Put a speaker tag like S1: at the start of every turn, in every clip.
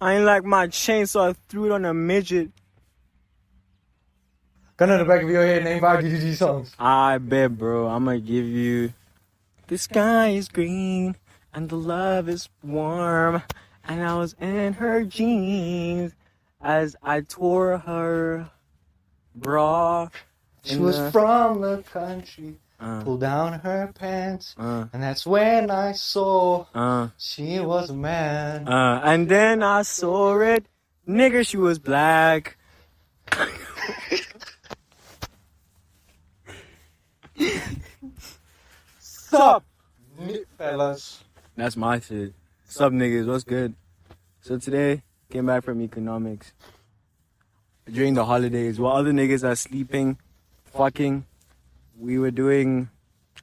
S1: I ain't like my chain, so I threw it on a midget.
S2: Gun in the back of your head, name five DDG songs.
S1: I bet, bro. I'm gonna give you. The sky is green and the love is warm, and I was in her jeans as I tore her bra.
S2: She
S1: in
S2: was
S1: the-
S2: from the country,
S1: Uh,
S2: pulled down her pants,
S1: uh,
S2: and that's when I saw
S1: uh,
S2: she was a man.
S1: uh, and then I saw it, nigga. She was black.
S2: Sup, nit fellas.
S1: That's my shit. Sup, niggas? What's good? So today, came back from economics during the holidays while other niggas are sleeping, fucking. We were doing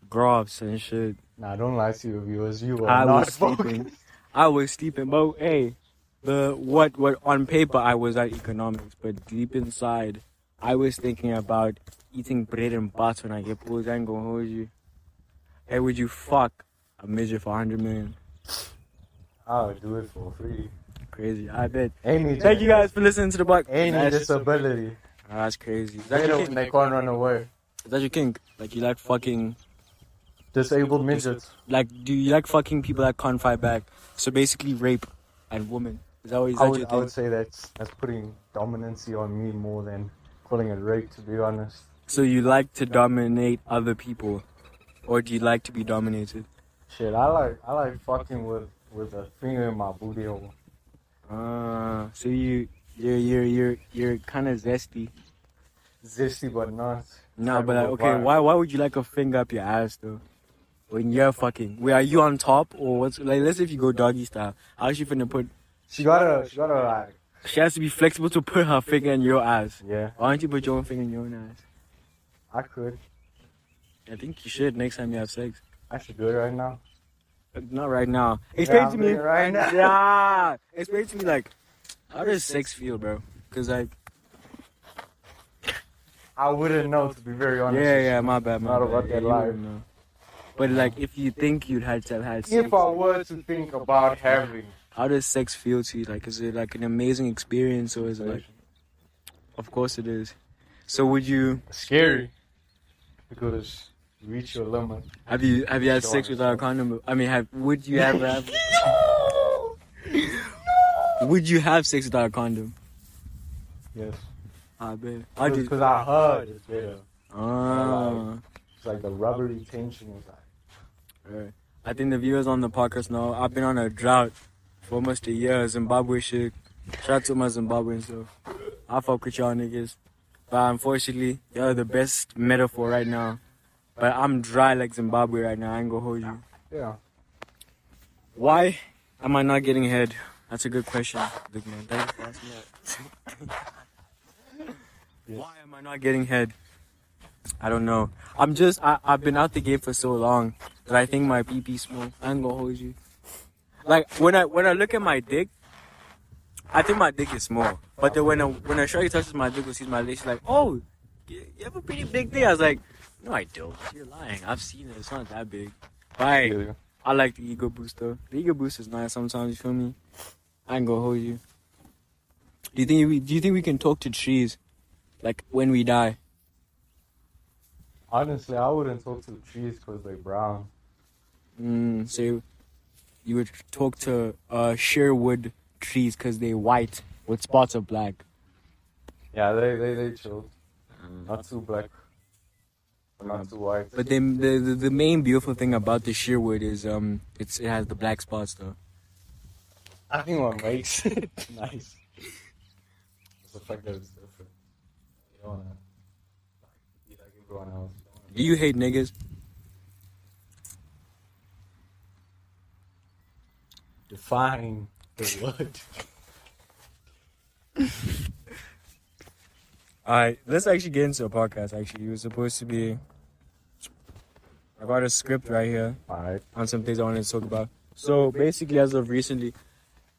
S1: graphs and shit.
S2: Nah, don't lie to your viewers. You were
S1: I
S2: not
S1: was sleeping.
S2: fucking.
S1: I was sleeping, but hey, the what what on paper I was at economics, but deep inside, I was thinking about eating bread and butter when I get pulled. I ain't gonna hold you. Hey, would you fuck a midget for 100 million?
S2: I would do it for free.
S1: Crazy, I bet.
S2: Any
S1: Thank you guys for listening to the block.
S2: Any
S1: that's,
S2: disability.
S1: Ah, that's crazy. Is that, your
S2: They don't.
S1: kink?
S2: They can't run away.
S1: Is that your kink? Like you like fucking
S2: Disabled midgets.
S1: like do you like fucking people that can't fight back? So basically rape and women. Is that what is
S2: I
S1: that
S2: would,
S1: your
S2: I
S1: thing?
S2: would say that's that's putting dominancy on me more than calling it rape, to be honest.
S1: So you like to dominate other people, or do you like to be dominated?
S2: Shit, I like I like fucking with with a finger in my booty hole.
S1: Uh, so you you're you're you're you're kind of zesty.
S2: Zesty but not.
S1: No,
S2: Type
S1: but
S2: of
S1: like,
S2: a
S1: okay,
S2: vibe.
S1: why why would you like a finger up your ass though? When you're fucking, wait, are you on top or what's like? Let's say if you go doggy style, how's she finna put?
S2: She gotta she gotta like
S1: She has to be flexible to put her finger in your ass.
S2: Yeah,
S1: Why don't you put your own finger in your own ass?
S2: I could.
S1: I think you should next time you have sex.
S2: I should do it right now.
S1: Uh, Not right now. Explain
S2: Yeah,
S1: to
S2: I'm
S1: me.
S2: doing it right now.
S1: Yeah. Explain to me like, how does sex feel, bro? Cause like.
S2: I wouldn't know to be very honest.
S1: Yeah,
S2: with
S1: yeah, my bad, my
S2: Not
S1: bad.
S2: about
S1: Yeah,
S2: that
S1: you
S2: life.
S1: wouldn't know. But like, if you think you'd had to have had
S2: you.
S1: sex,
S2: If I were to think about having
S1: how does sex feel to you? Like, is it like an amazing experience, or is it like? Of course it is. So would you
S2: scary, because you reach your limit.
S1: have you have you had sex
S2: Sure.
S1: without a condom? I mean, have would you have, have
S2: No.
S1: would you have sex without a condom?
S2: Yes.
S1: I bet. How did?
S2: Because I heard it's better.
S1: Ah,
S2: It's like the rubbery tension is like.
S1: right. Ah. I think the viewers on the podcast know I've been on a drought for almost a year. Zimbabwe shit. Shout out to my Zimbabwean stuff. I fuck with y'all niggas. But unfortunately, y'all are the best metaphor right now. But I'm dry like Zimbabwe right now. I ain't gonna hold you.
S2: Yeah.
S1: Why am I not getting head? That's a good question, big man. Thank you for asking that. Why am I not getting head? I don't know. I'm just, I, I've been out the game for so long that I think my PP small. I ain't gonna hold you. Like, when I when I look at my dick, I think my dick is small. But then when a, when a shorty touches my dick or sees my dick, she's like, oh, you you have a pretty big dick. I was like, no, I don't. You're lying. I've seen it. It's not that big. Bye. I like the ego boost though. The ego boost is nice sometimes. You feel me? I ain't gonna hold you. Do you think we? Do you think we can talk to trees, like when we die?
S2: Honestly, I wouldn't talk to trees because they're brown.
S1: Mm, so you would talk to uh, Sherwood trees because they white with spots of black.
S2: Yeah, they they they chill. Not too black. Not too white.
S1: But then the, the the main beautiful thing about the Sherwood is um it's it has the black spots though.
S2: I think what makes it nice is the fact that it's different. You don't wanna like, be like everyone else. You don't wanna
S1: Do you hate niggas?
S2: define the word.
S1: Alright, let's actually get into a podcast. Actually, you were supposed to be. I got a script right here.
S2: Alright.
S1: on some things I wanted to talk about. So basically, as of recently,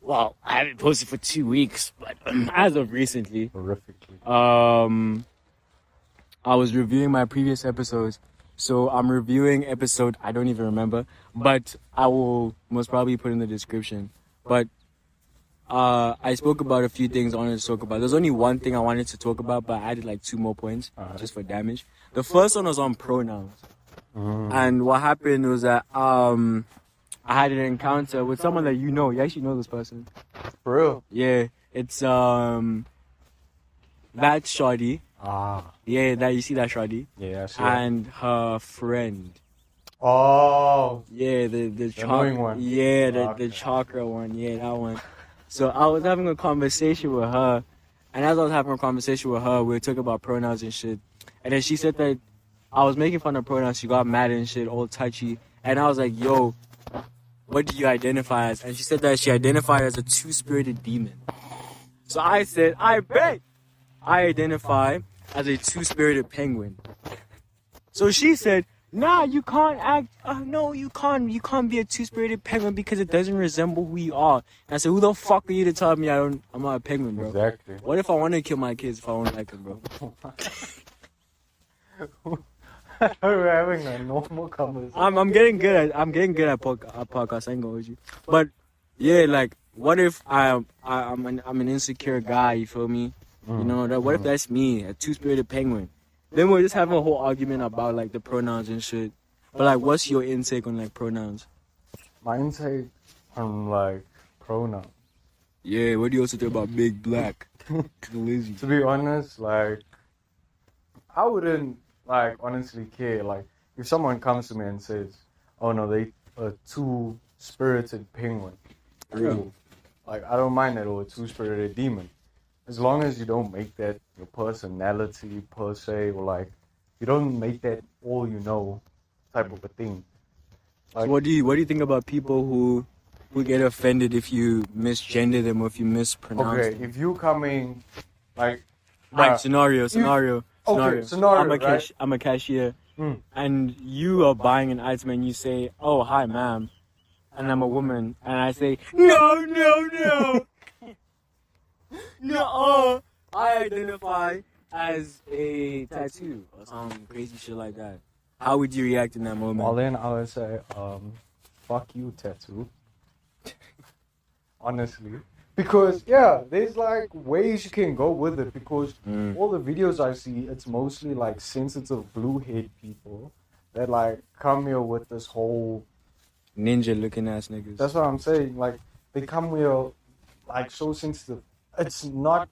S1: well, I haven't posted for two weeks, but as of recently,
S2: Horrifically.
S1: um, I was reviewing my previous episodes. So I'm reviewing episode I don't even remember, but I will most probably put in the description. But Uh, I spoke about a few things I wanted to talk about. There's only one thing I wanted to talk about, but I added like two more points
S2: Alright.
S1: just for damage. The first one was on pronouns.
S2: Mm. Ah,
S1: And what happened was that um, I had an encounter with someone that you know. You actually know this person.
S2: For real?
S1: Yeah, it's um, that shoddy.
S2: Ah,
S1: Yeah, that you see that shoddy
S2: yeah, I see.
S1: and her friend.
S2: oh,
S1: Yeah, the the, chak-
S2: annoying one.
S1: Yeah, the,
S2: Okay.
S1: the chakra one. Yeah, that one. So I was having a conversation with her, and as I was having a conversation with her, we were talking about pronouns and shit. And then she said that I was making fun of pronouns. She got mad and shit, all touchy. And I was like, "Yo, what do you identify as?" And she said that she identified as a two-spirited demon. So I said, "I bet I identify as a two-spirited penguin." So she said, Nah, you can't act. Uh, no, you can't. You can't be a two-spirited penguin because it doesn't resemble who you are. And I said, who the fuck are you to tell me I don't? I'm not a penguin, bro.
S2: exactly.
S1: What if I want to kill my kids if I don't like them, bro?
S2: We're having a normal conversation.
S1: I'm I'm getting good at I'm getting good at, pod- at podcast. I ain't gonna hold you. But yeah, like, what if I, I I'm an I'm an insecure guy? You feel me? You know that? What if that's me, a two-spirited penguin? Then we'll just have a whole argument about like the pronouns and shit. But like, what's your intake on like pronouns?
S2: My intake on like pronoun.
S1: Yeah, what do you also think about Big Black? Lizzie.
S2: To be honest, like I wouldn't like honestly care. Like if someone comes to me and says, "Oh no, they a two spirited penguin,"
S1: Yeah.
S2: cool. Like I don't mind that or a two spirited demon, as long as you don't make that your personality per se, or like you don't make that all you know type of a thing.
S1: So what do you what do you think about people who who get offended if you misgender them or if you mispronounce
S2: Okay,
S1: them?
S2: if you coming, like,
S1: Like
S2: bruh,
S1: scenario, scenario, Ah. Mm. scenario.
S2: scenario,
S1: I'm a
S2: right?
S1: cash, I'm a cashier,
S2: Mm.
S1: and you are buying an item, and you say, "Oh, hi, ma'am," and I'm a woman, and I say, "No, no, no, no." I identify as a tattoo or some crazy shit like that. How would you react in that moment?
S2: Well, then I would say, um, fuck you, tattoo. Honestly. Because, yeah, there's like ways you can go with it. Because
S1: Mm.
S2: all the videos I see, it's mostly like sensitive blue haired people that like come here with this whole.
S1: Ninja looking ass niggas.
S2: That's what I'm saying. Like, they come here like so sensitive. It's not.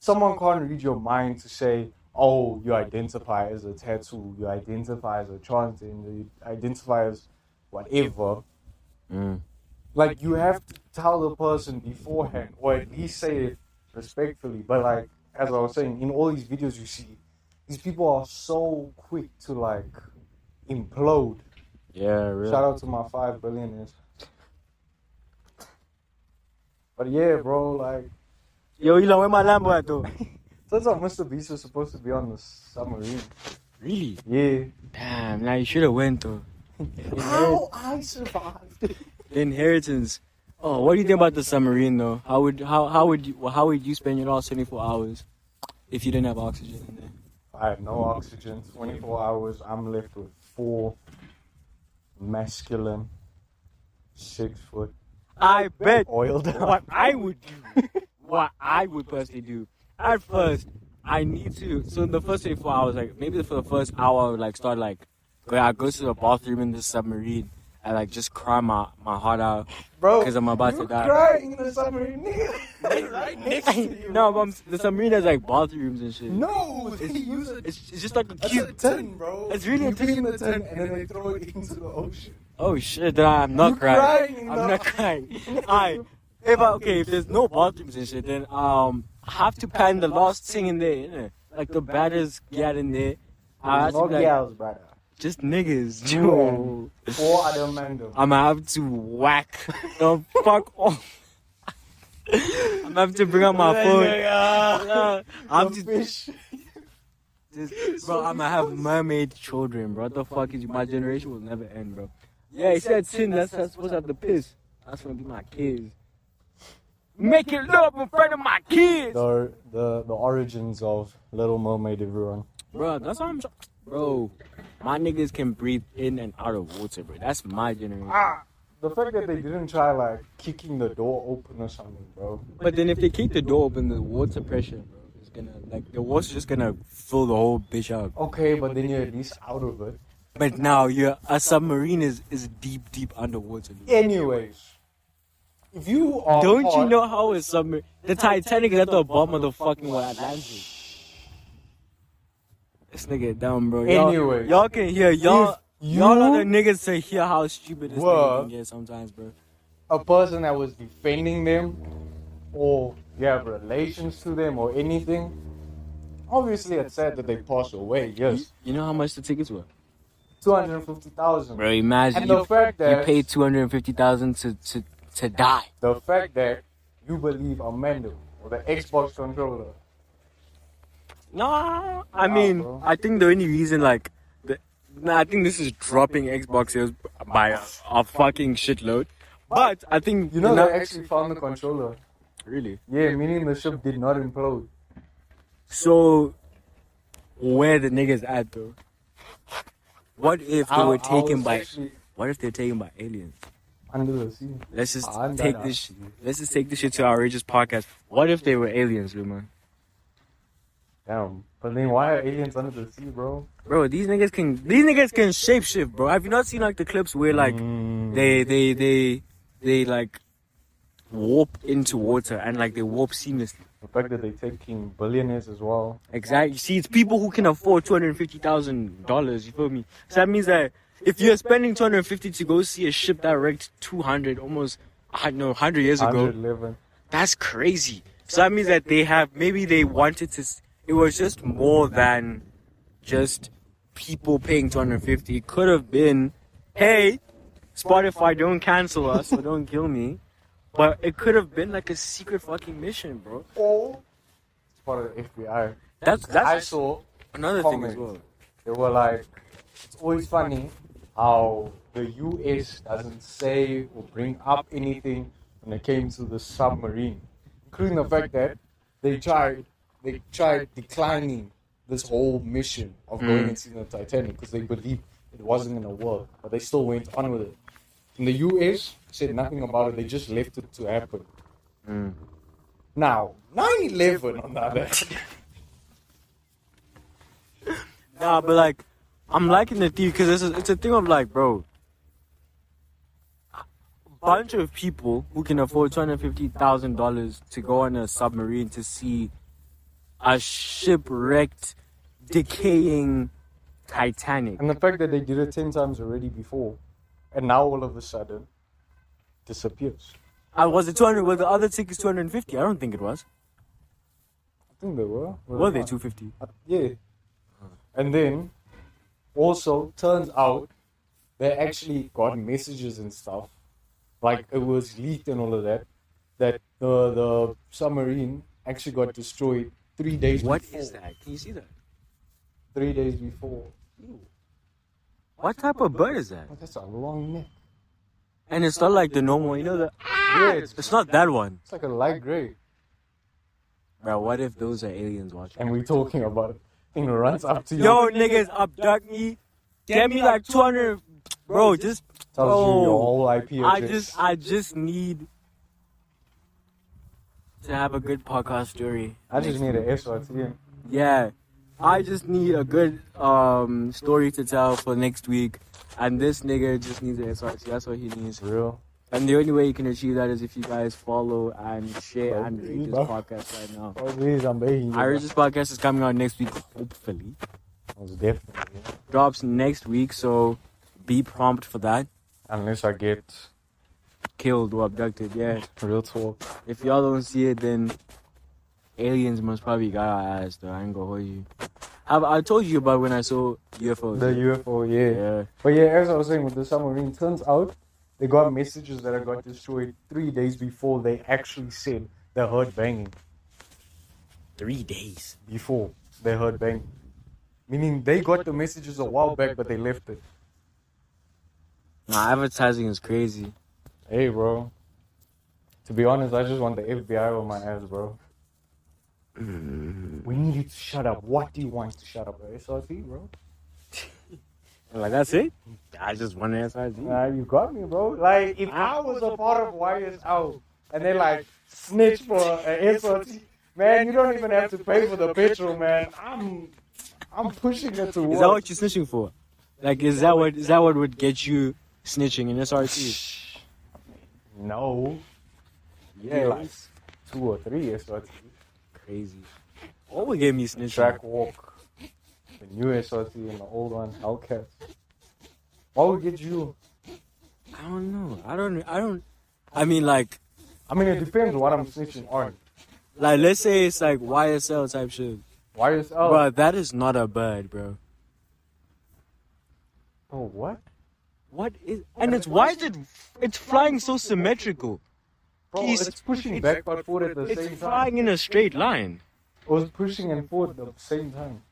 S2: Someone can't read your mind to say, oh, you identify as a tattoo, you identify as a transgender, you identify as whatever.
S1: Mm.
S2: like you have to tell the person beforehand or at least say it respectfully but like as i was saying in all these videos you see these people are so quick to like implode
S1: Yeah, really.
S2: shout out to my five billionaires but yeah bro like
S1: Yo, Elon, where my Lambo at though?
S2: that's how mr beast was supposed to be on the submarine
S1: really?
S2: yeah
S1: Damn, now you should have went though.
S2: how i survived
S1: The inheritance. Oh, what do you think about the submarine though? How would how how would you how would you spend your last 24 hours if you didn't have oxygen in there?
S2: i had no oxygen 24 hours i'm left with four masculine six foot
S1: I bet
S2: oiled
S1: what I would do, what I would personally do. At first, I need to. So the first 24 hours, like maybe for the first hour, I would like start like, go- I go to the bathroom in the submarine. I like just cry my, my heart out.
S2: bro.
S1: 'Cause I'm about
S2: you
S1: to die.
S2: Cry in the submarine, nigga. right next to you.
S1: no, but I'm, the submarine has like bathrooms and shit.
S2: no, they
S1: It's,
S2: use a,
S1: it's, it's just like a
S2: that's a
S1: cube.
S2: tin, bro.
S1: It's really a
S2: you pee in
S1: tin.
S2: the tin, and then they throw it into the ocean.
S1: Oh shit, then I'm not
S2: You
S1: crying.
S2: crying,
S1: I'm
S2: no.
S1: not crying. I if I okay, if there's no bathrooms and shit, then um I have to pan the last thing in there, innit? Like the baddest get in there. I have to be like,
S2: brother.
S1: just niggas, yo.
S2: Four other men, though.
S1: I'ma have to whack the fuck off. I'm have to bring out my phone.
S2: phone.
S1: Uh, I'm
S2: the
S1: just,
S2: fish.
S1: just- bro. I'ma have mermaid children, bro. What the fuck is my generation will never end, bro. Yeah, he said sin. That's that's supposed to have the piss. That's gonna be my kids. Making love in front of my kids,
S2: The, the the origins of Little Mermaid, everyone.
S1: bro. That's what I'm, tr- bro. My niggas can breathe in and out of water, bro. That's my generation.
S2: the fact that they didn't try like kicking the door open or something, bro.
S1: But then if they keep the door open, the water pressure bro, is gonna like the water's just gonna fill the whole bitch out.
S2: Okay, but then you're at least out of it.
S1: But now you're a submarine is is deep deep underwater. dude.
S2: Anyways, if you are
S1: Don't you
S2: part-
S1: know how a submarine? Oh, The Titanic is at the bottom of the fucking world. Atlantic. This nigga dumb, bro. Y'all,
S2: Anyways.
S1: y'all can hear y'all.
S2: If
S1: Y'all are the
S2: you
S1: niggas to hear how stupid this
S2: were-
S1: nigga can get sometimes, bro.
S2: a person that was defending them or you have relations to them or anything, obviously it's sad that they passed away,
S1: You,
S2: yes.
S1: you know how much the tickets were,
S2: 250,000.
S1: bro. Imagine
S2: And the
S1: you,
S2: fact
S1: you
S2: that
S1: paid two hundred and fifty thousand to to to die.
S2: the fact that you believe Amanda or the Xbox controller.
S1: No, I
S2: Nah,
S1: mean,
S2: bro.
S1: I think the only reason, like, the, nah, I think this is dropping Xbox sales by a, a fucking shitload. But I think
S2: You know
S1: no-
S2: they actually found the controller.
S1: really.
S2: Yeah, meaning the ship did not implode.
S1: So, where the niggas at though? What if they
S2: I-
S1: were
S2: I
S1: taken
S2: was
S1: by?
S2: actually
S1: What if they're taken by aliens?
S2: under the sea.
S1: Let's just
S2: I'm
S1: take
S2: done
S1: this. Sh-
S2: asking you.
S1: let's just take this shit to our outrageous podcast. What if they were aliens, Luma?
S2: Damn. But then why are aliens under the sea, bro?
S1: Bro, these niggas can these niggas can shapeshift, bro. Have you not seen like the clips where like
S2: Mm,
S1: they they they they like warp into water and like they warp seamlessly?
S2: The fact that they taking billionaires as well.
S1: Exactly. See, it's people who can afford two hundred fifty thousand dollars. You feel me? So that means that if you're spending two hundred fifty to go see a ship that wrecked two hundred almost I don't know hundred years ago,
S2: 111.
S1: that's crazy. So that means that they have maybe they wanted to. s- It was just more than just people paying 250. It could have been, hey, Spotify, don't cancel us or don't kill me. But it could have been like a secret fucking mission, bro.
S2: Or it's part of the FBI.
S1: That's
S2: Oh. I
S1: that's
S2: saw
S1: another thing as well.
S2: comments. They were like, it's always funny how the US doesn't say or bring up anything when it came to the submarine, including the fact that they tried they tried declining this whole mission of going and seeing the Titanic because they believed it wasn't gonna work, but they still went on with it. And the US said nothing about it; they just left it to happen. Now, 9/11 on the other hand.
S1: Nah, but like, I'm liking the theory because it's a, it's a thing of like, bro, a bunch of people who can afford two hundred fifty thousand dollars to go on a submarine to see a shipwrecked, decaying Titanic.
S2: And the fact that they did it 10 times already before, and now all of a sudden, disappears.
S1: I Uh, was it two hundred? Were the other tickets two hundred fifty? I don't think it was.
S2: I think they were.
S1: Were they two fifty?
S2: Uh, Yeah. And then, also, turns out they actually got messages and stuff, like it was leaked and all of that, that the, the submarine actually got destroyed three days
S1: What
S2: before.
S1: is that? Can you see that?
S2: Three days before.
S1: What type of bird is that?
S2: Oh, that's a long neck.
S1: And it's not like the normal, you know the.
S2: Yeah, Ah, it's,
S1: It's not that one.
S2: it's like a light gray.
S1: Bro, what if those are aliens watching?
S2: And we're talking about it. Thing runs up to you.
S1: Yo, niggas, abduct me. Get me like 200. Bro, just.
S2: tells you your
S1: Bro,
S2: whole IP address.
S1: I just, I just need to have a good podcast story.
S2: I just need an SRT.
S1: Yeah. I just need a good um story to tell for next week. And this nigga just needs an SRC. That's what he needs.
S2: Real.
S1: And the only way you can achieve that is if you guys follow and share and rate this
S2: Bro.
S1: podcast right now.
S2: Oh, please, I'm begging you.
S1: Irish this podcast is coming out next week, hopefully.
S2: Most definitely.
S1: drops next week, so be prompt for that.
S2: Unless I get
S1: Killed or abducted, yeah.
S2: real talk.
S1: If y'all don't see it, then aliens must probably got our ass, though. I ain't gonna hold you. Have I told you about when I saw UFOs?
S2: The UFO, yeah.
S1: yeah.
S2: But yeah, as I was saying with the submarine, turns out they got messages that I got destroyed three days before they actually said they heard banging.
S1: Three days.
S2: Before they heard banging. Meaning they got the messages a while back, but they left it.
S1: Nah, advertising is crazy.
S2: Hey, bro. To be honest, I just want the FBI on my ass, bro. Mm. we need you to shut up. What do you want to shut up? SRT, bro?
S1: Like that's it. I just one ass ID.
S2: Nah, you got me, bro. Like, if Mm. I was a part of YSL and they like snitch for uh, an SOT, man, you don't even have to pay for the petrol, man. I'm, I'm pushing it to
S1: Is that what you're snitching for? Like, is that what is that what would get you snitching in SRT?
S2: No. Yeah,
S1: Yeah,
S2: like two or three SOTs.
S1: crazy. What would get me snitching?
S2: Track walk. The new SOT and the old one, Hellcat. What would get you?
S1: I don't know. I don't. I don't. I mean, like,
S2: I mean, it depends what I'm snitching on.
S1: like let's say it's like YSL type shit,
S2: YSL.
S1: but that is not a bird, bro.
S2: oh, what?
S1: What is? And it's why is it? It's flying so symmetrical.
S2: Bro,
S1: He's-
S2: it's pushing
S1: it's-
S2: back but forth at the
S1: It's
S2: same time.
S1: flying in a straight line.
S2: It was pushing and forward at the same time.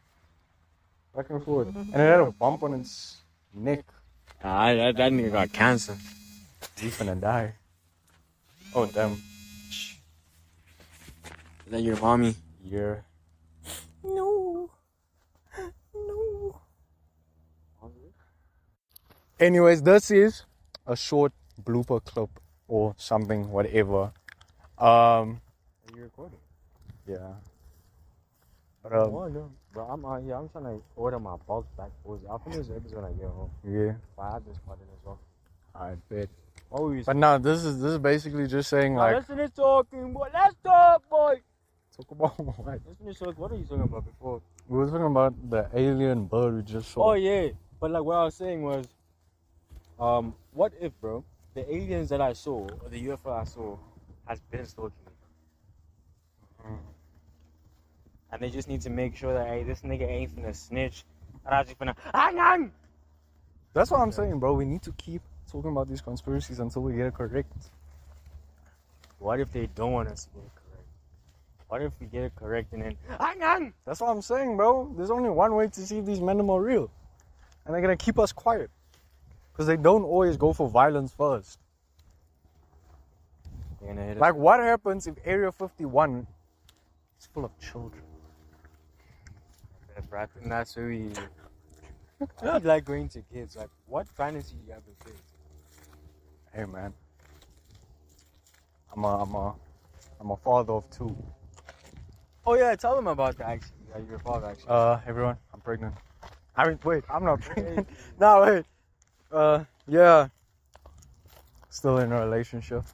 S2: Back and forth. And it had a bump on its neck.
S1: Ah, that, that nigga got cancer.
S2: He's gonna die. Oh, damn.
S1: Is that your mommy?
S2: Yeah.
S1: No. No.
S2: Anyways, this is a short blooper clip or something, whatever. Um,
S1: Are you recording?
S2: yeah. But, um,
S1: oh, no. Bro, I'm out here. I'm trying to order my bulk back. I'll finish the episode when I get home.
S2: yeah,
S1: I have this part in as well.
S2: I bet.
S1: What were you
S2: But no, this is this is basically just saying like
S1: Listen to talking, boy. Let's talk, boy.
S2: talk about what
S1: Listen to talk. What are you talking about before?
S2: we were talking about the alien bird we just
S1: Oh
S2: saw.
S1: yeah, but like what I was saying was, um, what if, bro, the aliens that I saw or the UFO I saw has been stalking me, Mm-hmm. and they just need to make sure that hey, this nigga ain't finna snitch, and I just finna hang on.
S2: That's what I'm saying, bro. We need to keep talking about these conspiracies until we get it correct.
S1: What if they don't want us to get it correct? What if we get it correct and then hang on?
S2: That's what I'm saying, bro. There's only one way to see if these men are real, and they're gonna keep us quiet because they don't always go for violence first.
S1: They're gonna hit us.
S2: Like, what happens if Area 51 is full of children?
S1: with that, bro. I think that's where we. I don't like going to kids. Like, what fantasy do you have with kids?
S2: Hey, man. I'm a, I'm a, I'm a father of two.
S1: Oh yeah, tell them about that. Actually, yeah, your father actually.
S2: Uh, everyone, I'm pregnant. I mean, wait, I'm not pregnant. no, wait. Uh, yeah. Still in a relationship.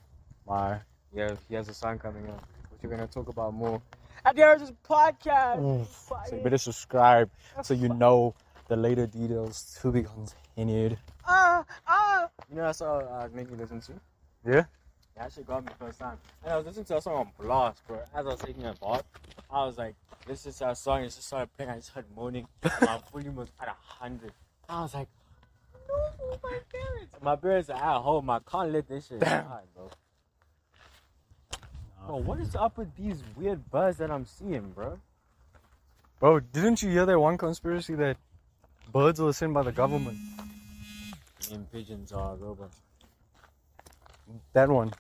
S2: My.
S1: Yeah, he has a song coming out, which we're gonna talk about more. And there's this podcast.
S2: Mm. So you better subscribe so you know the later details to be continued.
S1: Ah, ah. You know that song I was making you listen to?
S2: Yeah?
S1: That shit got me first time. And I was listening to that song on Blast, bro. As I was taking a bath, I was like, this is that song. It just started playing. I just heard moaning. My volume was at 100. I was like, no, my parents. My parents are at home. I can't let this shit die, bro. Bro, what is up with these weird buzz that I'm seeing, bro?
S2: Bro, didn't you hear that one conspiracy that birds were sent by the government?
S1: And pigeons are robots.
S2: That one.